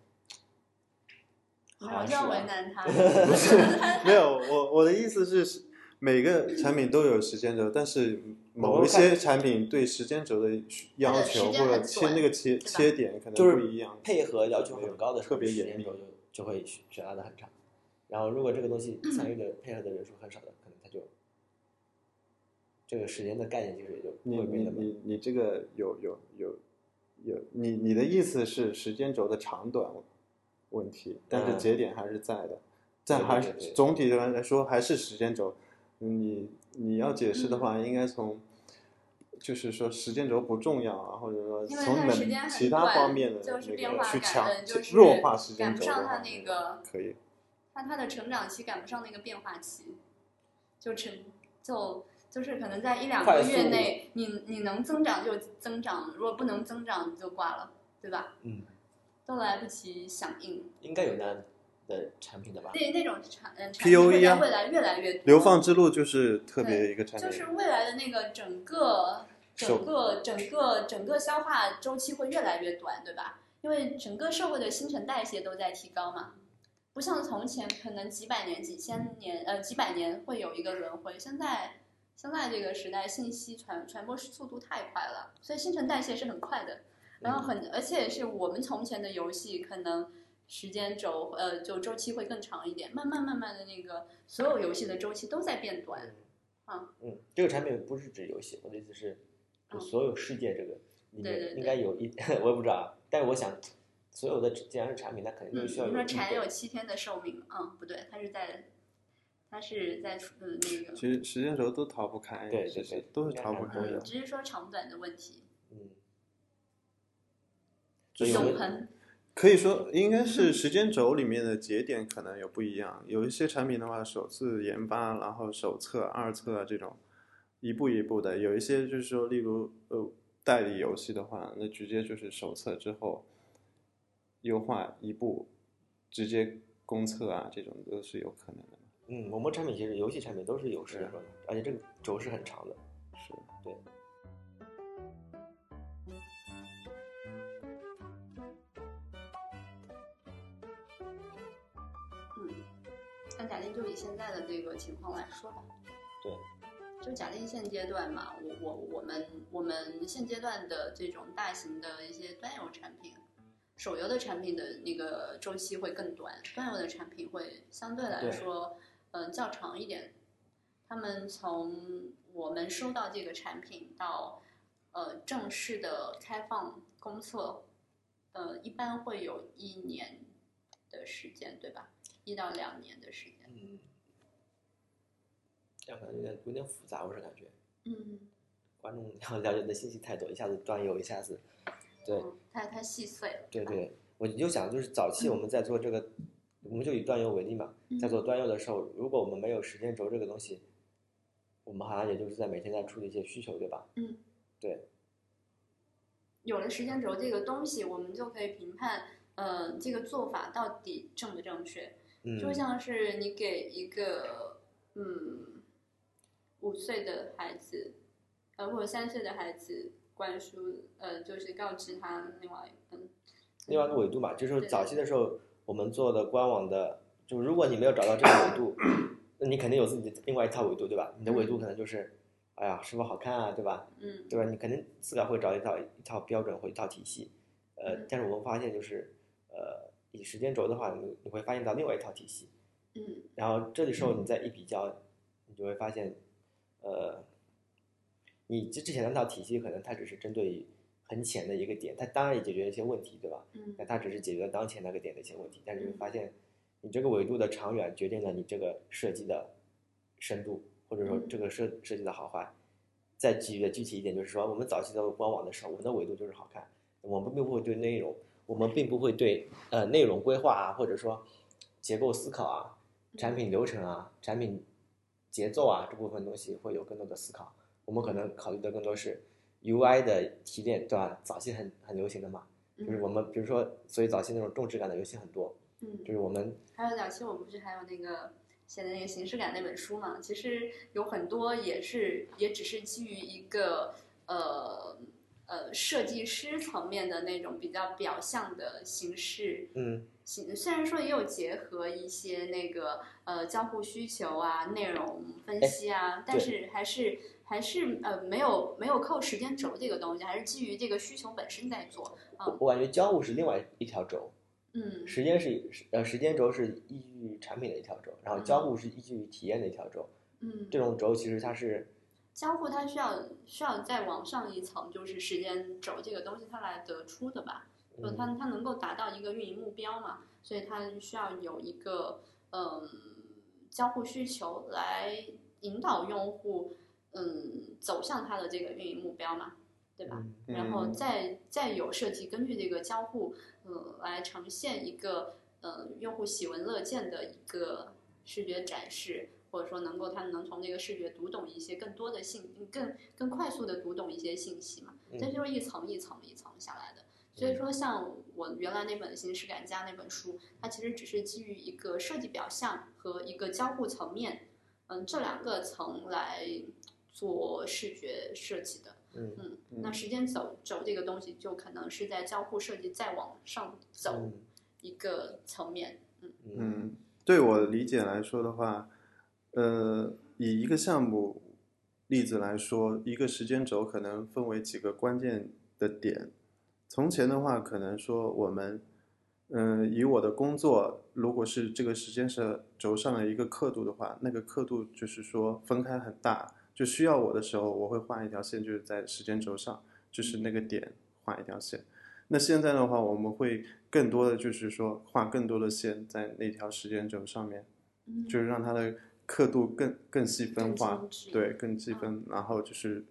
Speaker 2: 我
Speaker 1: 好像是
Speaker 2: 要
Speaker 1: 啊
Speaker 2: 为 难他。
Speaker 3: 没有我我的意思是，每个产品都有时间轴，但是某一些产品对时间轴的要
Speaker 2: 它的时
Speaker 3: 求
Speaker 2: 间
Speaker 3: 或者
Speaker 2: 很
Speaker 3: 切
Speaker 2: 短
Speaker 3: 那个切
Speaker 2: 对吧
Speaker 3: 切点可能
Speaker 1: 就是
Speaker 3: 不一样，
Speaker 1: 配合要求很高的时候
Speaker 3: 特别
Speaker 1: 时
Speaker 3: 严
Speaker 1: 间
Speaker 3: 密
Speaker 1: 轴就就会悬拉的很长。然后如果这个东西
Speaker 2: 嗯
Speaker 1: 参与的配合的人数很少的，可能它就这个时间的概念就是也就
Speaker 3: 你
Speaker 1: 会没
Speaker 3: 你
Speaker 1: 那么
Speaker 3: 你你这个有有有有，你你的意思是时间轴的长短问题，但是
Speaker 1: 嗯
Speaker 3: 节点还是在的，但还是
Speaker 1: 对对对
Speaker 3: 总体上来说还是时间轴。嗯你你要解释的话，
Speaker 2: 嗯
Speaker 3: 应该从就是说时间轴不重要啊，或者说
Speaker 2: 因为
Speaker 3: 从
Speaker 2: 它时间
Speaker 3: 每
Speaker 2: 很
Speaker 3: 其他
Speaker 2: 短
Speaker 3: 方面的
Speaker 2: 就是
Speaker 3: 那
Speaker 2: 变
Speaker 3: 个
Speaker 2: 化
Speaker 3: 去
Speaker 2: 感
Speaker 3: 强
Speaker 2: 嗯就是
Speaker 3: 弱化时
Speaker 2: 赶不
Speaker 3: 间轴的
Speaker 2: 上它
Speaker 3: 话，
Speaker 2: 那个
Speaker 3: 可以。
Speaker 2: 那它的成长期赶不上那个变化期，就成就就是可能在一两
Speaker 1: 快
Speaker 2: 个
Speaker 1: 速
Speaker 2: 月内，你你能增长就增长，如果不能增长你就挂了，对吧？
Speaker 1: 嗯，
Speaker 2: 都来不及响应。
Speaker 1: 应该有那样的产品的
Speaker 3: 啊
Speaker 1: 吧？
Speaker 2: 那那种产嗯产
Speaker 3: POE
Speaker 2: 品会在未来
Speaker 3: 啊
Speaker 2: 越来越多
Speaker 3: 流放之路就是特别一个产品，
Speaker 2: 就是未来的那个整个整
Speaker 3: 手
Speaker 2: 个整个整个消化周期会越来越短，对吧？因为整个社会的新陈代谢都在提高嘛，不像从前可能几百年、几千年呃几百年会有一个轮回，现在现在这个时代信息传传播速度太快了，所以新陈代谢是很快的。然后很，而且是我们从前的游戏可能时间轴呃就周期会更长一点，慢慢慢慢的那个所有游戏的周期都在变短。
Speaker 1: 嗯，这个产品不是指游戏，我的意思是，就
Speaker 2: 嗯
Speaker 1: 所有世界这个里
Speaker 2: 对
Speaker 1: 面
Speaker 2: 对对
Speaker 1: 应该有一， 我也不知道啊，但是我想，所有的既然是产品，它肯定
Speaker 2: 嗯，
Speaker 1: 都
Speaker 2: 你
Speaker 1: 需要有
Speaker 2: 说
Speaker 1: 一
Speaker 2: 蝉
Speaker 1: 个
Speaker 2: 有七天的寿命，嗯，不对，它是在，它是在出呃那个，
Speaker 3: 其实时间轴都逃不开，
Speaker 1: 对
Speaker 3: 其
Speaker 1: 对
Speaker 3: 实
Speaker 1: 对
Speaker 3: 都是
Speaker 1: 应该
Speaker 3: 逃
Speaker 1: 还
Speaker 3: 不
Speaker 1: 是
Speaker 3: 开
Speaker 1: 都
Speaker 3: 的
Speaker 1: 有
Speaker 2: 嗯，。只是说长短的问题。
Speaker 1: 嗯，所以我
Speaker 2: 永
Speaker 1: 们
Speaker 2: 恒，
Speaker 3: 可以说，应该是时间轴里面的节点可能有不一样。有一些产品的话，首次研发，然后手册、二测啊这种，一步一步的；有一些就是说，例如呃代理游戏的话，那直接就是手册之后优化一步，直接公测啊，这种都是有可能的。
Speaker 1: 嗯，我们产品其实游戏产品都是有时
Speaker 3: 对
Speaker 1: 间轴的，而且这个轴是很长的。
Speaker 3: 是，
Speaker 2: 嗯，那假定就以现在的这个情况来说吧，
Speaker 1: 对，
Speaker 2: 就假定现阶段嘛，我我我们我们现阶段的这种大型的一些端游产品，手游的产品的那个周期会更短，端游的产品会相对来
Speaker 1: 对
Speaker 2: 说，嗯、较长一点。他们从我们收到这个产品到呃正式的开放公测，呃，一般会有一年的时间，对吧？一到两年的时间。
Speaker 1: 嗯，这样可能有点有点复杂，我是感觉
Speaker 2: 嗯，
Speaker 1: 观众要了解的信息太多，一下子端游，一下子，对，
Speaker 2: 哦太太细碎了。
Speaker 1: 对对，我就想就是早期我们在做这个，我们就以端游为例嘛，在
Speaker 2: 嗯
Speaker 1: 做端游的时候，如果我们没有时间轴这个东西，我们好像也就是在每天在处理一些需求，对吧？
Speaker 2: 嗯，
Speaker 1: 对，
Speaker 2: 有了时间轴这个东西，我们就可以评判，呃，这个做法到底正不正确。
Speaker 1: 嗯，
Speaker 2: 就像是你给一个，嗯，五岁的孩子，呃，或者三岁的孩子灌输，呃，就是告知他另外，嗯，
Speaker 1: 另外一个维度嘛，就是
Speaker 2: 对
Speaker 1: 早期的时候我们做的官网的，就如果你没有找到这个维度， 那你肯定有自己的另外一套维度，对吧？你的维度可能就是，哎呀，是否好看啊，对吧？
Speaker 2: 嗯，
Speaker 1: 对吧？你肯定自个儿会找一套一套标准或一套体系，呃
Speaker 2: 嗯，
Speaker 1: 但是我们发现就是，呃，以时间轴的话，你你会发现到另外一套体系，
Speaker 2: 嗯，
Speaker 1: 然后这里时候你再一比较，你就会发现，呃，你之之前那套体系可能它只是针对于很浅的一个点，它当然也解决了一些问题，对吧？
Speaker 2: 嗯
Speaker 1: 那，它只是解决了当前那个点的一些问题，但是你会发现，你这个维度的长远决定了你这个设计的深度，或者说
Speaker 2: 嗯
Speaker 1: 这个设设计的好坏。再举的具体一点，就是说我们早期的官网的时候，我们的维度就是好看，我们并不会对内容，我们并不会对呃内容规划啊，或者说结构思考啊、产
Speaker 2: 嗯
Speaker 1: 品流程啊、产品节奏啊这部分东西会有更多的思考。我们可能考虑的更多是 UI 的提炼，对吧？早期很很流行的嘛，就是我们比如说，所以早期那种重质感的游戏很多，
Speaker 2: 嗯，
Speaker 1: 就是我们
Speaker 2: 还有早期我不是还有那个写的那个形式感那本书嘛？其实有很多也是也只是基于一个呃呃设计师层面的那种比较表象的形式。
Speaker 1: 嗯
Speaker 2: 形虽然说也有结合一些那个呃交互需求啊、内容分析啊，但是还是还是呃没有没有扣时间轴这个东西，还是基于这个需求本身在做。
Speaker 1: 我我感觉交互是另外一条轴，
Speaker 2: 嗯，
Speaker 1: 时间是呃时间轴是依据产品的一条轴，然后交互是依据体验的一条轴。
Speaker 2: 嗯，
Speaker 1: 这种轴其实它是
Speaker 2: 交互它需要需要再往上一层，就是时间轴这个东西它来得出的吧，就
Speaker 1: 嗯
Speaker 2: 它它能够达到一个运营目标嘛，所以它需要有一个嗯交互需求来引导用户嗯走向它的这个运营目标嘛，对吧？
Speaker 1: 嗯
Speaker 2: 然后
Speaker 3: 嗯
Speaker 2: 再再有设计根据这个交互，呃，来呈现一个呃用户喜闻乐见的一个视觉展示，或者说能够他能从这个视觉读懂一些更多的信，更更快速的读懂一些信息嘛，这
Speaker 1: 嗯
Speaker 2: 就是一层一层一层下来的。所以说，像我原来那本《新实感家》那本书，它其实只是基于一个设计表象和一个交互层面，嗯，这两个层来做视觉设计的。
Speaker 1: 嗯
Speaker 2: 嗯，
Speaker 3: 嗯
Speaker 2: 那时间走走这个东西，就可能是在交互设计再往上走
Speaker 1: 嗯
Speaker 2: 一个层面。
Speaker 1: 嗯
Speaker 3: 嗯，对我理解来说的话，呃，以一个项目例子来说，一个时间轴可能分为几个关键的点。从前的话，可能说我们，嗯、以我的工作，如果是这个时间是轴上的一个刻度的话，那个刻度就是说分开很大，就需要我的时候，我会画一条线，就是在时间轴上，就是那个点画一条线。那现在的话，我们会更多的就是说画更多的线在那条时间轴上面，
Speaker 2: 嗯
Speaker 3: 就是让它的刻度更更细分化
Speaker 2: 更精致，
Speaker 3: 对，更细分。然后就是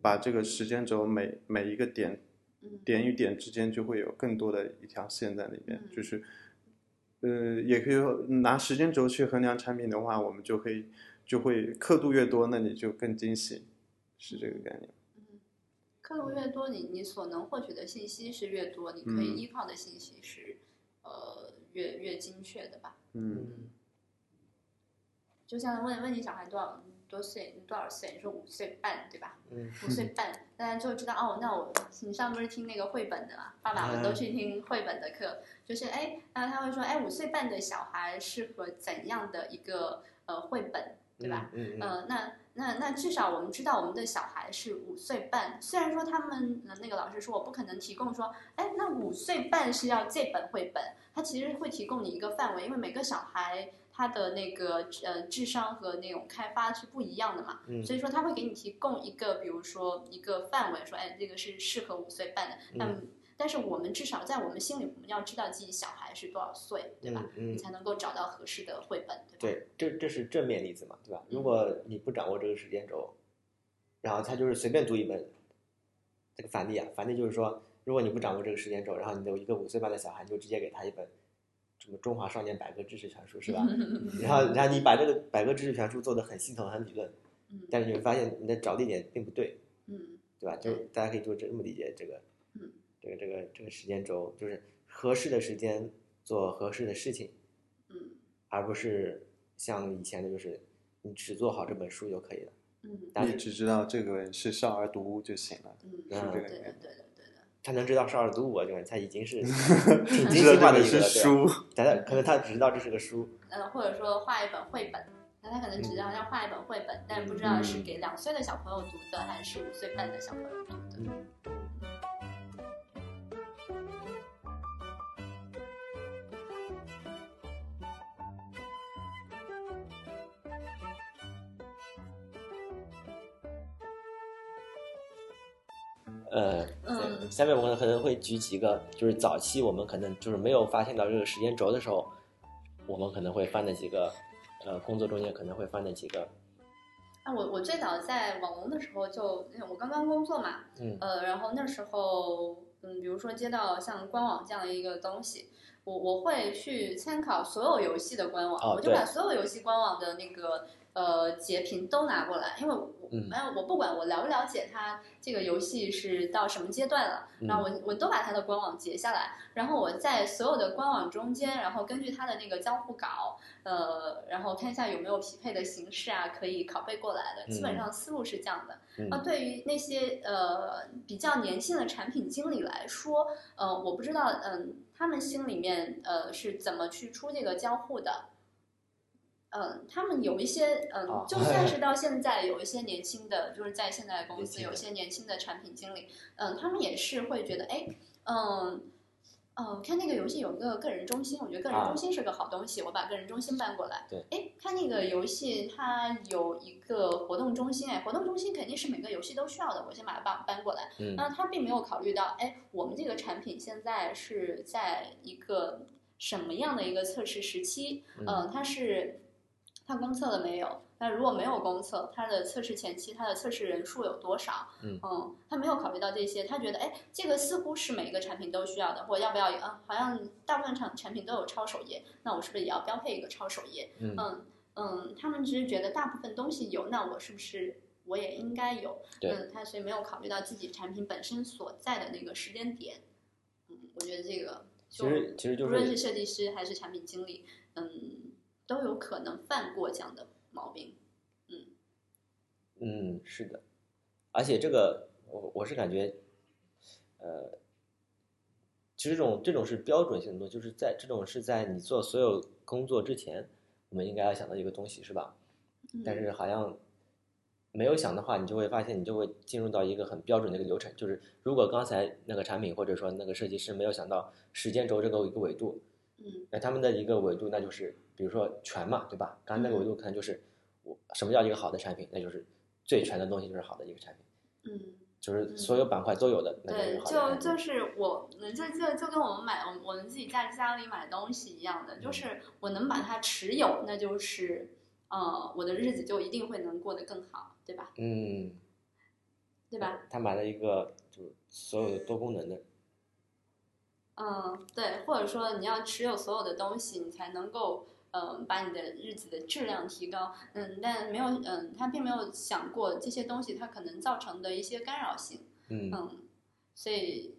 Speaker 3: 把这个时间轴每每一个点
Speaker 2: 嗯
Speaker 3: 点与点之间就会有更多的一条线在里面，
Speaker 2: 嗯
Speaker 3: 就是，呃，也可以说拿时间轴去衡量产品的话，我们就可以就会刻度越多，那你就更精细，是这个概念。
Speaker 2: 嗯，刻度越多，你你所能获取的信息是越多，你可以
Speaker 3: 嗯
Speaker 2: 依靠的信息是、呃越越精确的吧？
Speaker 3: 嗯，
Speaker 1: 嗯，
Speaker 2: 就像问问你小孩多少多岁，你多少岁？你说五岁半，对吧？
Speaker 1: 嗯，
Speaker 2: 五岁半，大家就知道哦。那我你上不是听那个绘本的嘛？爸爸
Speaker 1: 嗯
Speaker 2: 们都去听绘本的课，就是哎，然后他会说，哎，五岁半的小孩适合怎样的一个呃绘本，对吧？
Speaker 1: 嗯？嗯嗯
Speaker 2: 呃，那那那至少我们知道我们的小孩是五岁半，虽然说他们呃那个老师说我不可能提供说，哎，那五岁半是要这本绘本，他其实会提供你一个范围，因为每个小孩他的那个呃智商和那种开发是不一样的嘛，
Speaker 1: 嗯
Speaker 2: 所以说他会给你提供一个，比如说一个范围，说，哎，这个是适合五岁半的，那
Speaker 1: 嗯
Speaker 2: 么但是我们至少在我们心里，我们要知道自己小孩是多少岁，对吧？
Speaker 1: 嗯嗯
Speaker 2: 你才能够找到合适的绘本，对吧？
Speaker 1: 对，这这是正面例子嘛，对吧？如果你不掌握这个时间轴，然后他就是随便读一本，这个反例啊，反例就是说，如果你不掌握这个时间轴，然后你有一个五岁半的小孩，你就直接给他一本什么《中华少年百科知识全书》，是吧？
Speaker 2: 嗯
Speaker 1: 然后然后你把这个百科知识全书做的很系统、很理论，
Speaker 2: 嗯
Speaker 1: 但是你会发现你的着力点并不对，
Speaker 2: 嗯
Speaker 1: 对吧？就大家可以就这么理解这个
Speaker 2: 嗯，
Speaker 1: 这个这个这个时间轴，就是合适的时间做合适的事情。
Speaker 2: 嗯。
Speaker 1: 而不是像以前的，就是你只做好这本书就可以了。
Speaker 2: 嗯
Speaker 1: 但
Speaker 3: 你
Speaker 1: 是
Speaker 3: 只知道这个是少儿读物就行了，
Speaker 2: 嗯，
Speaker 1: 是这
Speaker 2: 对的，对
Speaker 3: 个概
Speaker 2: 的
Speaker 3: 念，
Speaker 2: 对的，
Speaker 1: 他能知道少儿读我这个，他已经 是
Speaker 3: 你
Speaker 1: 挺精
Speaker 3: 知道
Speaker 1: 细
Speaker 3: 这
Speaker 1: 化的
Speaker 3: 本
Speaker 1: 一个了。对
Speaker 3: 是
Speaker 1: 吧啊
Speaker 3: 书，
Speaker 1: 但可能他只知道这是个书，
Speaker 2: 呃，或者说画一本绘本，那他可能只知道要画一本绘本，但不知道
Speaker 1: 嗯
Speaker 2: 是给两岁的小朋友读的，还是五岁半的小朋友读
Speaker 1: 嗯
Speaker 2: 的。
Speaker 3: 嗯
Speaker 1: 呃，
Speaker 2: 嗯
Speaker 1: 对下面我们可能会举几个，就是早期我们可能就是没有发现到这个时间轴的时候，我们可能会犯的几个，呃，工作中间可能会犯的几个，
Speaker 2: 那我我最早在网龙的时候就，那我刚刚工作嘛，
Speaker 1: 嗯
Speaker 2: 呃，然后那时候，嗯，比如说接到像官网这样的一个东西，我我会去参考所有游戏的官网，
Speaker 1: 哦
Speaker 2: 我就
Speaker 1: 对
Speaker 2: 把所有游戏官网的那个呃截屏都拿过来，因为我
Speaker 1: 嗯
Speaker 2: 反正、我不管我了不了解它这个游戏是到什么阶段了，
Speaker 1: 嗯
Speaker 2: 然后我我都把它的官网截下来，然后我在所有的官网中间，然后根据它的那个交互稿，呃，然后看一下有没有匹配的形式啊，可以拷贝过来的，基
Speaker 1: 嗯
Speaker 2: 本上思路是这样的。
Speaker 1: 嗯
Speaker 2: 那呃对于那些呃比较年轻的产品经理来说，呃，我不知道，嗯、他们心里面呃是怎么去出这个交互的。嗯、他们有一些，嗯、
Speaker 1: 哦
Speaker 2: 就 算是到现在，有一些年轻的，就是在现在公
Speaker 1: 年
Speaker 2: 司
Speaker 1: 轻
Speaker 2: 有一
Speaker 1: 人
Speaker 2: 些年轻的产品经理，嗯、他们也是会觉得，哎，嗯、嗯、看那个游戏有一个个人中心，我觉得个人
Speaker 1: 啊
Speaker 2: 中心是个好东西，我把个人中心搬过来。
Speaker 1: 对，
Speaker 2: 哎，看那个游戏它有一个活动中心，哎，活动中心肯定是每个游戏都需要的，我先把它搬搬过来。
Speaker 1: 嗯
Speaker 2: 那他并没有考虑到，哎，我们这个产品现在是在一个什么样的一个测试时期？嗯、
Speaker 1: 嗯
Speaker 2: 它是它公测了没有？那如果没有公测，它的测试前期它的测试人数有多少？
Speaker 1: 嗯
Speaker 2: 他没有考虑到这些，他觉得哎，这个似乎是每一个产品都需要的，或者要不要？嗯、好像大部分产产品都有抄手页，那我是不是也要标配一个抄手页？
Speaker 1: 嗯
Speaker 2: 嗯嗯，他们只是觉得大部分东西有，那我是不是我也应该有？
Speaker 1: 对
Speaker 2: 嗯，他所以没有考虑到自己产品本身所在的那个时间点。嗯，我觉得这个
Speaker 1: 其实其实就
Speaker 2: 嗯无论
Speaker 1: 是
Speaker 2: 是设计师还是产品经理，嗯，都有可能犯过这样的毛病。
Speaker 1: 嗯，是的，而且这个我我是感觉，呃，其实这种这种是标准性的东西，就是在这种是在你做所有工作之前，我们应该要想到一个东西，是吧？
Speaker 2: 嗯、
Speaker 1: 但是好像没有想的话，你就会发现你就会进入到一个很标准的一个流程，就是如果刚才那个产品或者说那个设计师没有想到时间轴这个一个维度，
Speaker 2: 嗯
Speaker 1: 那他们的一个维度，那就是比如说全嘛，对吧？刚才那个维度
Speaker 2: 嗯
Speaker 1: 可能就是我什么叫一个好的产品，那就是最全的东西就是好的一个产品。
Speaker 2: 嗯
Speaker 1: 就是所有板块都有的，那
Speaker 2: 对，
Speaker 1: 就好的
Speaker 2: 就就。是我，嗯就就就跟我们买，我们我们自己在家里买东西一样
Speaker 1: 嗯
Speaker 2: 的，就是我能把它持有，那就是，呃，我的日子就一定会能过得更好，对吧？
Speaker 1: 嗯，
Speaker 2: 对吧？
Speaker 1: 他买了一个就是所有的多功能的，
Speaker 2: 嗯，对，或者说你要持有所有的东西，你才能够，嗯，把你的日子的质量提高。嗯，但没有，嗯，他并没有想过这些东西它可能造成的一些干扰性。
Speaker 1: 嗯，
Speaker 2: 嗯，所以，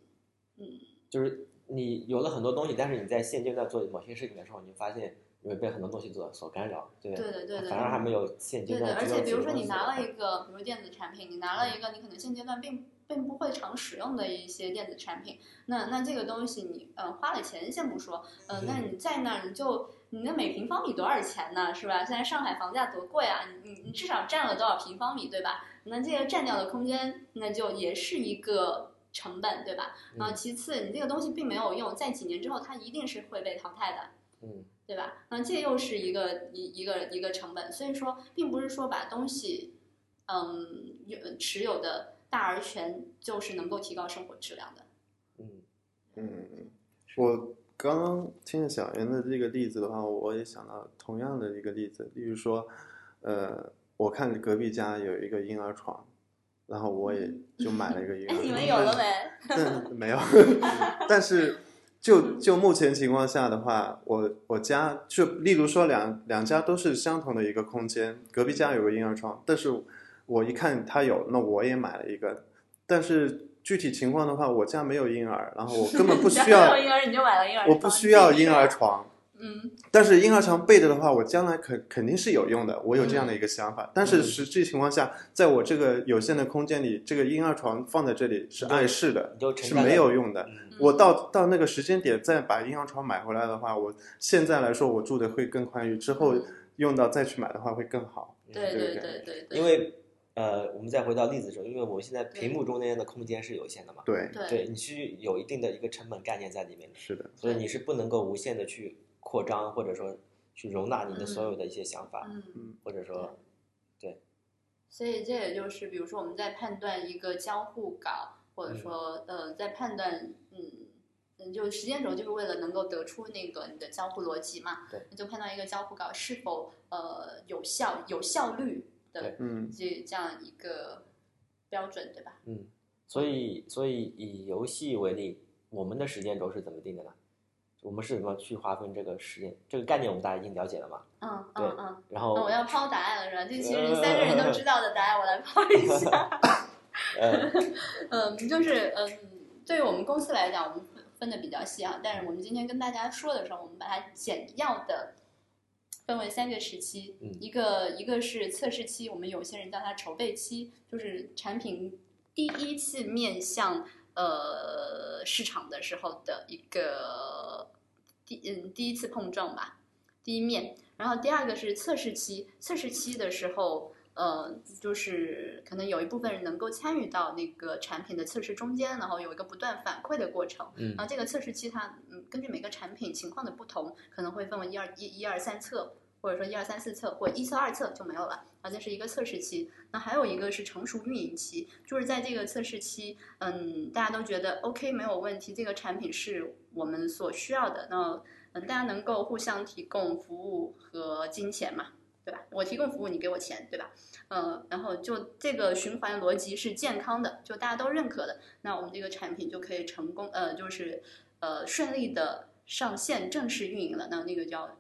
Speaker 2: 嗯，
Speaker 1: 就是你有了很多东西，但是你在现阶段做某些事情的时候，你发现你会被很多东西所所干扰，对不
Speaker 2: 对的，对的。
Speaker 1: 反而还没有现阶
Speaker 2: 对的，
Speaker 1: 段
Speaker 2: 而
Speaker 1: 知道
Speaker 2: 且
Speaker 1: 自
Speaker 2: 比
Speaker 1: 己
Speaker 2: 如
Speaker 1: 的
Speaker 2: 说
Speaker 1: 东西
Speaker 2: 你
Speaker 1: 所
Speaker 2: 拿
Speaker 1: 干
Speaker 2: 了
Speaker 1: 扰
Speaker 2: 一个，比如电子产品，你拿了一个你可能现阶段并并不会常使用的一些电子产品，那那这个东西你呃花了钱先不说，呃，
Speaker 1: 嗯
Speaker 2: 那你在那儿你就你那每平方米多少钱呢？是吧？现在上海房价多贵啊，你你你至少占了多少平方米，对吧？那这个占掉的空间，那就也是一个成本，对吧？然后
Speaker 1: 嗯
Speaker 2: 其次，你这个东西并没有用，在几年之后它一定是会被淘汰的。
Speaker 1: 嗯
Speaker 2: 对吧？那这又是一个一一个一个成本，所以说，并不是说把东西，嗯，有持有的大而全就是能够提高生活质量的。
Speaker 1: 嗯
Speaker 3: 嗯，我刚刚听了小袁的这个例子的话，我也想到同样的一个例子，例如说，呃，我看隔壁家有一个婴儿床，然后我也就买了一个婴儿
Speaker 2: 哎
Speaker 3: 床。，
Speaker 2: 你们有了没？
Speaker 3: 但嗯没有，
Speaker 2: 嗯
Speaker 3: 但是就就目前情况下的话，我我家就例如说两两家都是相同的一个空间，隔壁家有个婴儿床，但是我一看他有，那我也买了一个，但是具体情况的话，我家没有婴儿，然后我根本 不需
Speaker 2: 然后
Speaker 3: 要
Speaker 2: 没有，婴儿你就买了婴儿床，
Speaker 3: 我不需要
Speaker 2: 自己
Speaker 3: 婴儿
Speaker 2: 睡。
Speaker 3: 床，
Speaker 2: 嗯，
Speaker 3: 但是婴儿床备着的话，我将来肯肯定是有用的，我有这样的一个想法。
Speaker 1: 嗯
Speaker 3: 但是实际情况下，在我这个有限的空间里，这个婴儿床放在这里是碍事的
Speaker 1: 你就，承
Speaker 3: 是
Speaker 1: 担了
Speaker 3: 没有用的。
Speaker 1: 嗯
Speaker 3: 我到到那个时间点再把婴儿床买回来的话，我现在来说我住的会更宽裕，之后
Speaker 2: 嗯
Speaker 3: 用到再去买的话会更好。
Speaker 1: 嗯
Speaker 2: 对
Speaker 3: 对
Speaker 2: 对
Speaker 3: 对
Speaker 2: 对对对，
Speaker 1: 因为呃，我们再回到例子中，因为我们现在屏幕中间的空间是有限的嘛，
Speaker 3: 对，
Speaker 2: 对
Speaker 1: 对，你去有一定的一个成本概念在里面的，
Speaker 3: 是的，
Speaker 1: 所以你是不能够无限的去扩张或者说去容纳你的所有的一些想法，
Speaker 2: 嗯。
Speaker 1: 或者说
Speaker 2: 所以这也就是，比如说我们在判断一个交互稿，或者
Speaker 1: 嗯
Speaker 2: 说、呃，在判断嗯嗯，就时间轴就是为了能够得出那个你的交互逻辑嘛，
Speaker 1: 对，
Speaker 2: 就判断一个交互稿是否呃有效、有效率的
Speaker 1: 对
Speaker 3: 嗯，
Speaker 2: 这这样一个标准，对吧？
Speaker 1: 嗯，所以所以以游戏为例，我们的时间轴是怎么定的呢？我们是怎么去划分这个时间？这个概念我们大家已经了解了嘛？
Speaker 2: 嗯
Speaker 1: 对
Speaker 2: 嗯嗯。
Speaker 1: 然
Speaker 2: 那
Speaker 1: 后
Speaker 2: 我要抛答案了是吧？这 其实三个人都知道的答案，我来抛一下。
Speaker 1: 呃，
Speaker 2: 嗯，就是嗯，对于我们公司来讲，我们分分的比较细啊。但是我们今天跟大家说的时候，我们把它简要的分为三个时期，
Speaker 1: 嗯
Speaker 2: 一个一个是测试期，我们有些人叫它筹备期，就是产品第一次面向呃市场的时候的一个第嗯第一次碰撞吧，第一面。然后第二个是测试期，测试期的时候，呃，就是可能有一部分人能够参与到那个产品的测试中间，然后有一个不断反馈的过程。
Speaker 1: 嗯
Speaker 2: 然后这个测试期它，嗯，根据每个产品情况的不同，可能会分为一二一一二三测，或者说一二三四测，或一测二测就没有了。啊，这是一个测试期。那还有一个是成熟运营期，就是在这个测试期，嗯，大家都觉得 OK 没有问题，这个产品是我们所需要的。那嗯，大家能够互相提供服务和金钱嘛，对吧？我提供服务，你给我钱，对吧？呃，然后就这个循环逻辑是健康的，就大家都认可的，那我们这个产品就可以成功，呃，就是呃顺利的上线正式运营了。那那个叫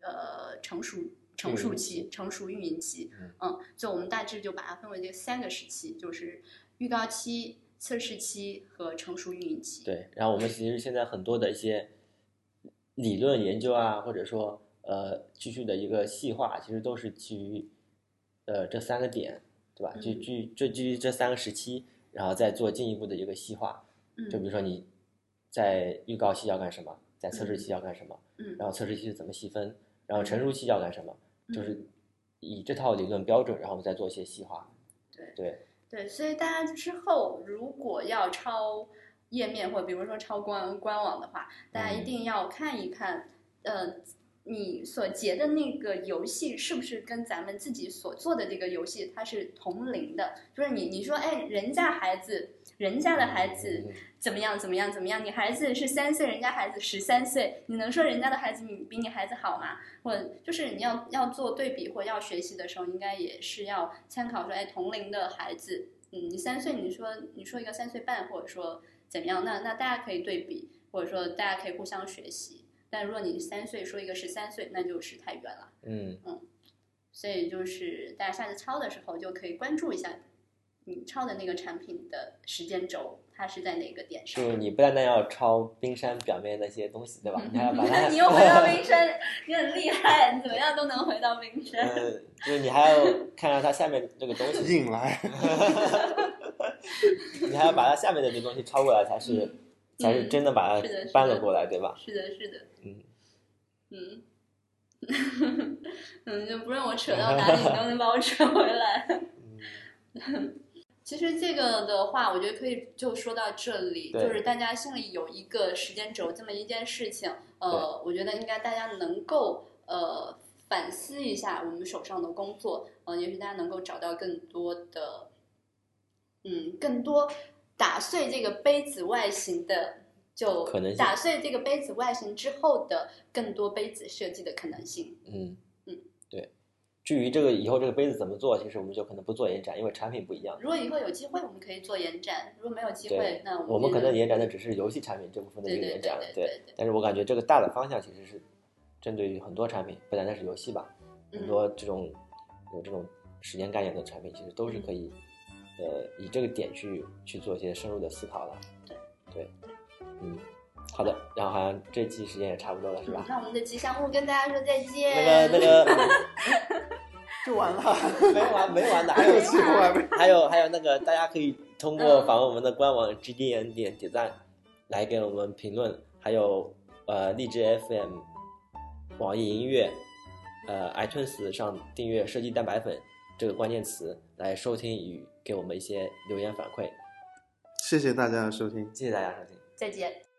Speaker 2: 呃成熟成熟期、成熟运营期，
Speaker 1: 嗯
Speaker 2: 嗯，就我们大致就把它分为这三个时期，就是预告期、测试期和成熟运营期。
Speaker 1: 对，然后我们其实现在很多的一些理论研究啊，或者说呃继续的一个细化，其实都是基于呃这三个点，对吧？基
Speaker 2: 嗯
Speaker 1: 基这基于这三个时期，然后再做进一步的一个细化。就比
Speaker 2: 嗯
Speaker 1: 如说你在预告期要干什么，在测试
Speaker 2: 嗯
Speaker 1: 期要干什么，
Speaker 2: 嗯
Speaker 1: 然后测试期是怎么细分，然后成熟期要干什么，
Speaker 2: 嗯
Speaker 1: 就是以这套理论标准，然后我们再做一些细化。
Speaker 2: 嗯对
Speaker 1: 对，
Speaker 2: 对，所以大家之后如果要抄页面或比如说抄官官网的话，大家一定要看一看，呃，你所结的那个游戏是不是跟咱们自己所做的这个游戏它是同龄的？就是你你说，哎，人家孩子，人家的孩子怎么样怎么样怎么样？你孩子是三岁，人家孩子十三岁，你能说人家的孩子你比你孩子好吗？或者就是你要要做对比或要学习的时候，应该也是要参考说，哎，同龄的孩子，嗯，你三岁，你说你说一个三岁半，或者说怎么样？那那大家可以对比，或者说大家可以互相学习。但如果你三岁说一个十三岁，那就是太远了。
Speaker 1: 嗯，
Speaker 2: 所以就是大家下次抄的时候，就可以关注一下你抄的那个产品的时间轴，它是在哪个点上
Speaker 1: 就。是你不单单要抄冰山表面那些东西，对吧？
Speaker 2: ，
Speaker 1: 你还要把它
Speaker 2: 你又回到冰山，你很厉害，你怎么样都能回到冰山。
Speaker 1: 嗯，就是你还要看到它下面这个东西，
Speaker 3: 硬来，
Speaker 1: 你还要把它下面的这东西抄过来，才是、才是真的把它
Speaker 2: 嗯是的是的
Speaker 1: 搬了过来，对吧？
Speaker 2: 是的，是的，
Speaker 1: 嗯
Speaker 2: 嗯， 嗯，就不论我扯到哪里，你都能把我扯回来。 其实这个的话，我觉得可以就说到这里，
Speaker 1: 对
Speaker 2: 就是大家心里有一个时间轴这么一件事情，呃，我觉得应该大家能够呃反思一下我们手上的工作，呃，也许大家能够找到更多的，嗯，更多打碎这个杯子外形的。就
Speaker 1: 可能性
Speaker 2: 打碎这个杯子外形之后的更多杯子设计的可能性。
Speaker 1: 嗯
Speaker 2: 嗯，
Speaker 1: 对。至于这个以后这个杯子怎么做，其实我们就可能不做延展，因为产品不一样。
Speaker 2: 如果以后有机会，我们可以做延展；如果没有机
Speaker 1: 对
Speaker 2: 会，那
Speaker 1: 我
Speaker 2: 我
Speaker 1: 们
Speaker 2: 们
Speaker 1: 可
Speaker 2: 就
Speaker 1: 能延展的只是游戏产品这部分的
Speaker 2: 对
Speaker 1: 一个
Speaker 2: 对
Speaker 1: 延
Speaker 2: 对
Speaker 1: 展了
Speaker 2: 对，
Speaker 1: 对。
Speaker 2: 对，
Speaker 1: 但是我感觉这个大的方向其实是针对于很多产品，不单单是游戏吧，很
Speaker 2: 嗯
Speaker 1: 多这种有这种时间概念的产品，其实都是
Speaker 2: 嗯
Speaker 1: 可以呃以这个点去去做一些深入的思考的。
Speaker 2: 对
Speaker 1: 对，嗯，好的。然后好像这期时间也差不多了，是吧？
Speaker 2: 那我们的吉祥物跟大家说再见。
Speaker 1: 那个那个
Speaker 3: 就完了，
Speaker 1: 没完没完的，还
Speaker 3: 还有
Speaker 1: 有
Speaker 3: 机会 还没
Speaker 1: 还有还有那个，大家可以通过访问我们的官网 GDN 点点赞，来给我们评论，还有呃荔枝 FM、网易音乐、呃 iTunes 上订阅“设计蛋白粉”这个关键词来收听与给我们一些留言反馈。
Speaker 3: 谢谢大家的收听。
Speaker 1: 谢谢大家收听。
Speaker 2: 再见。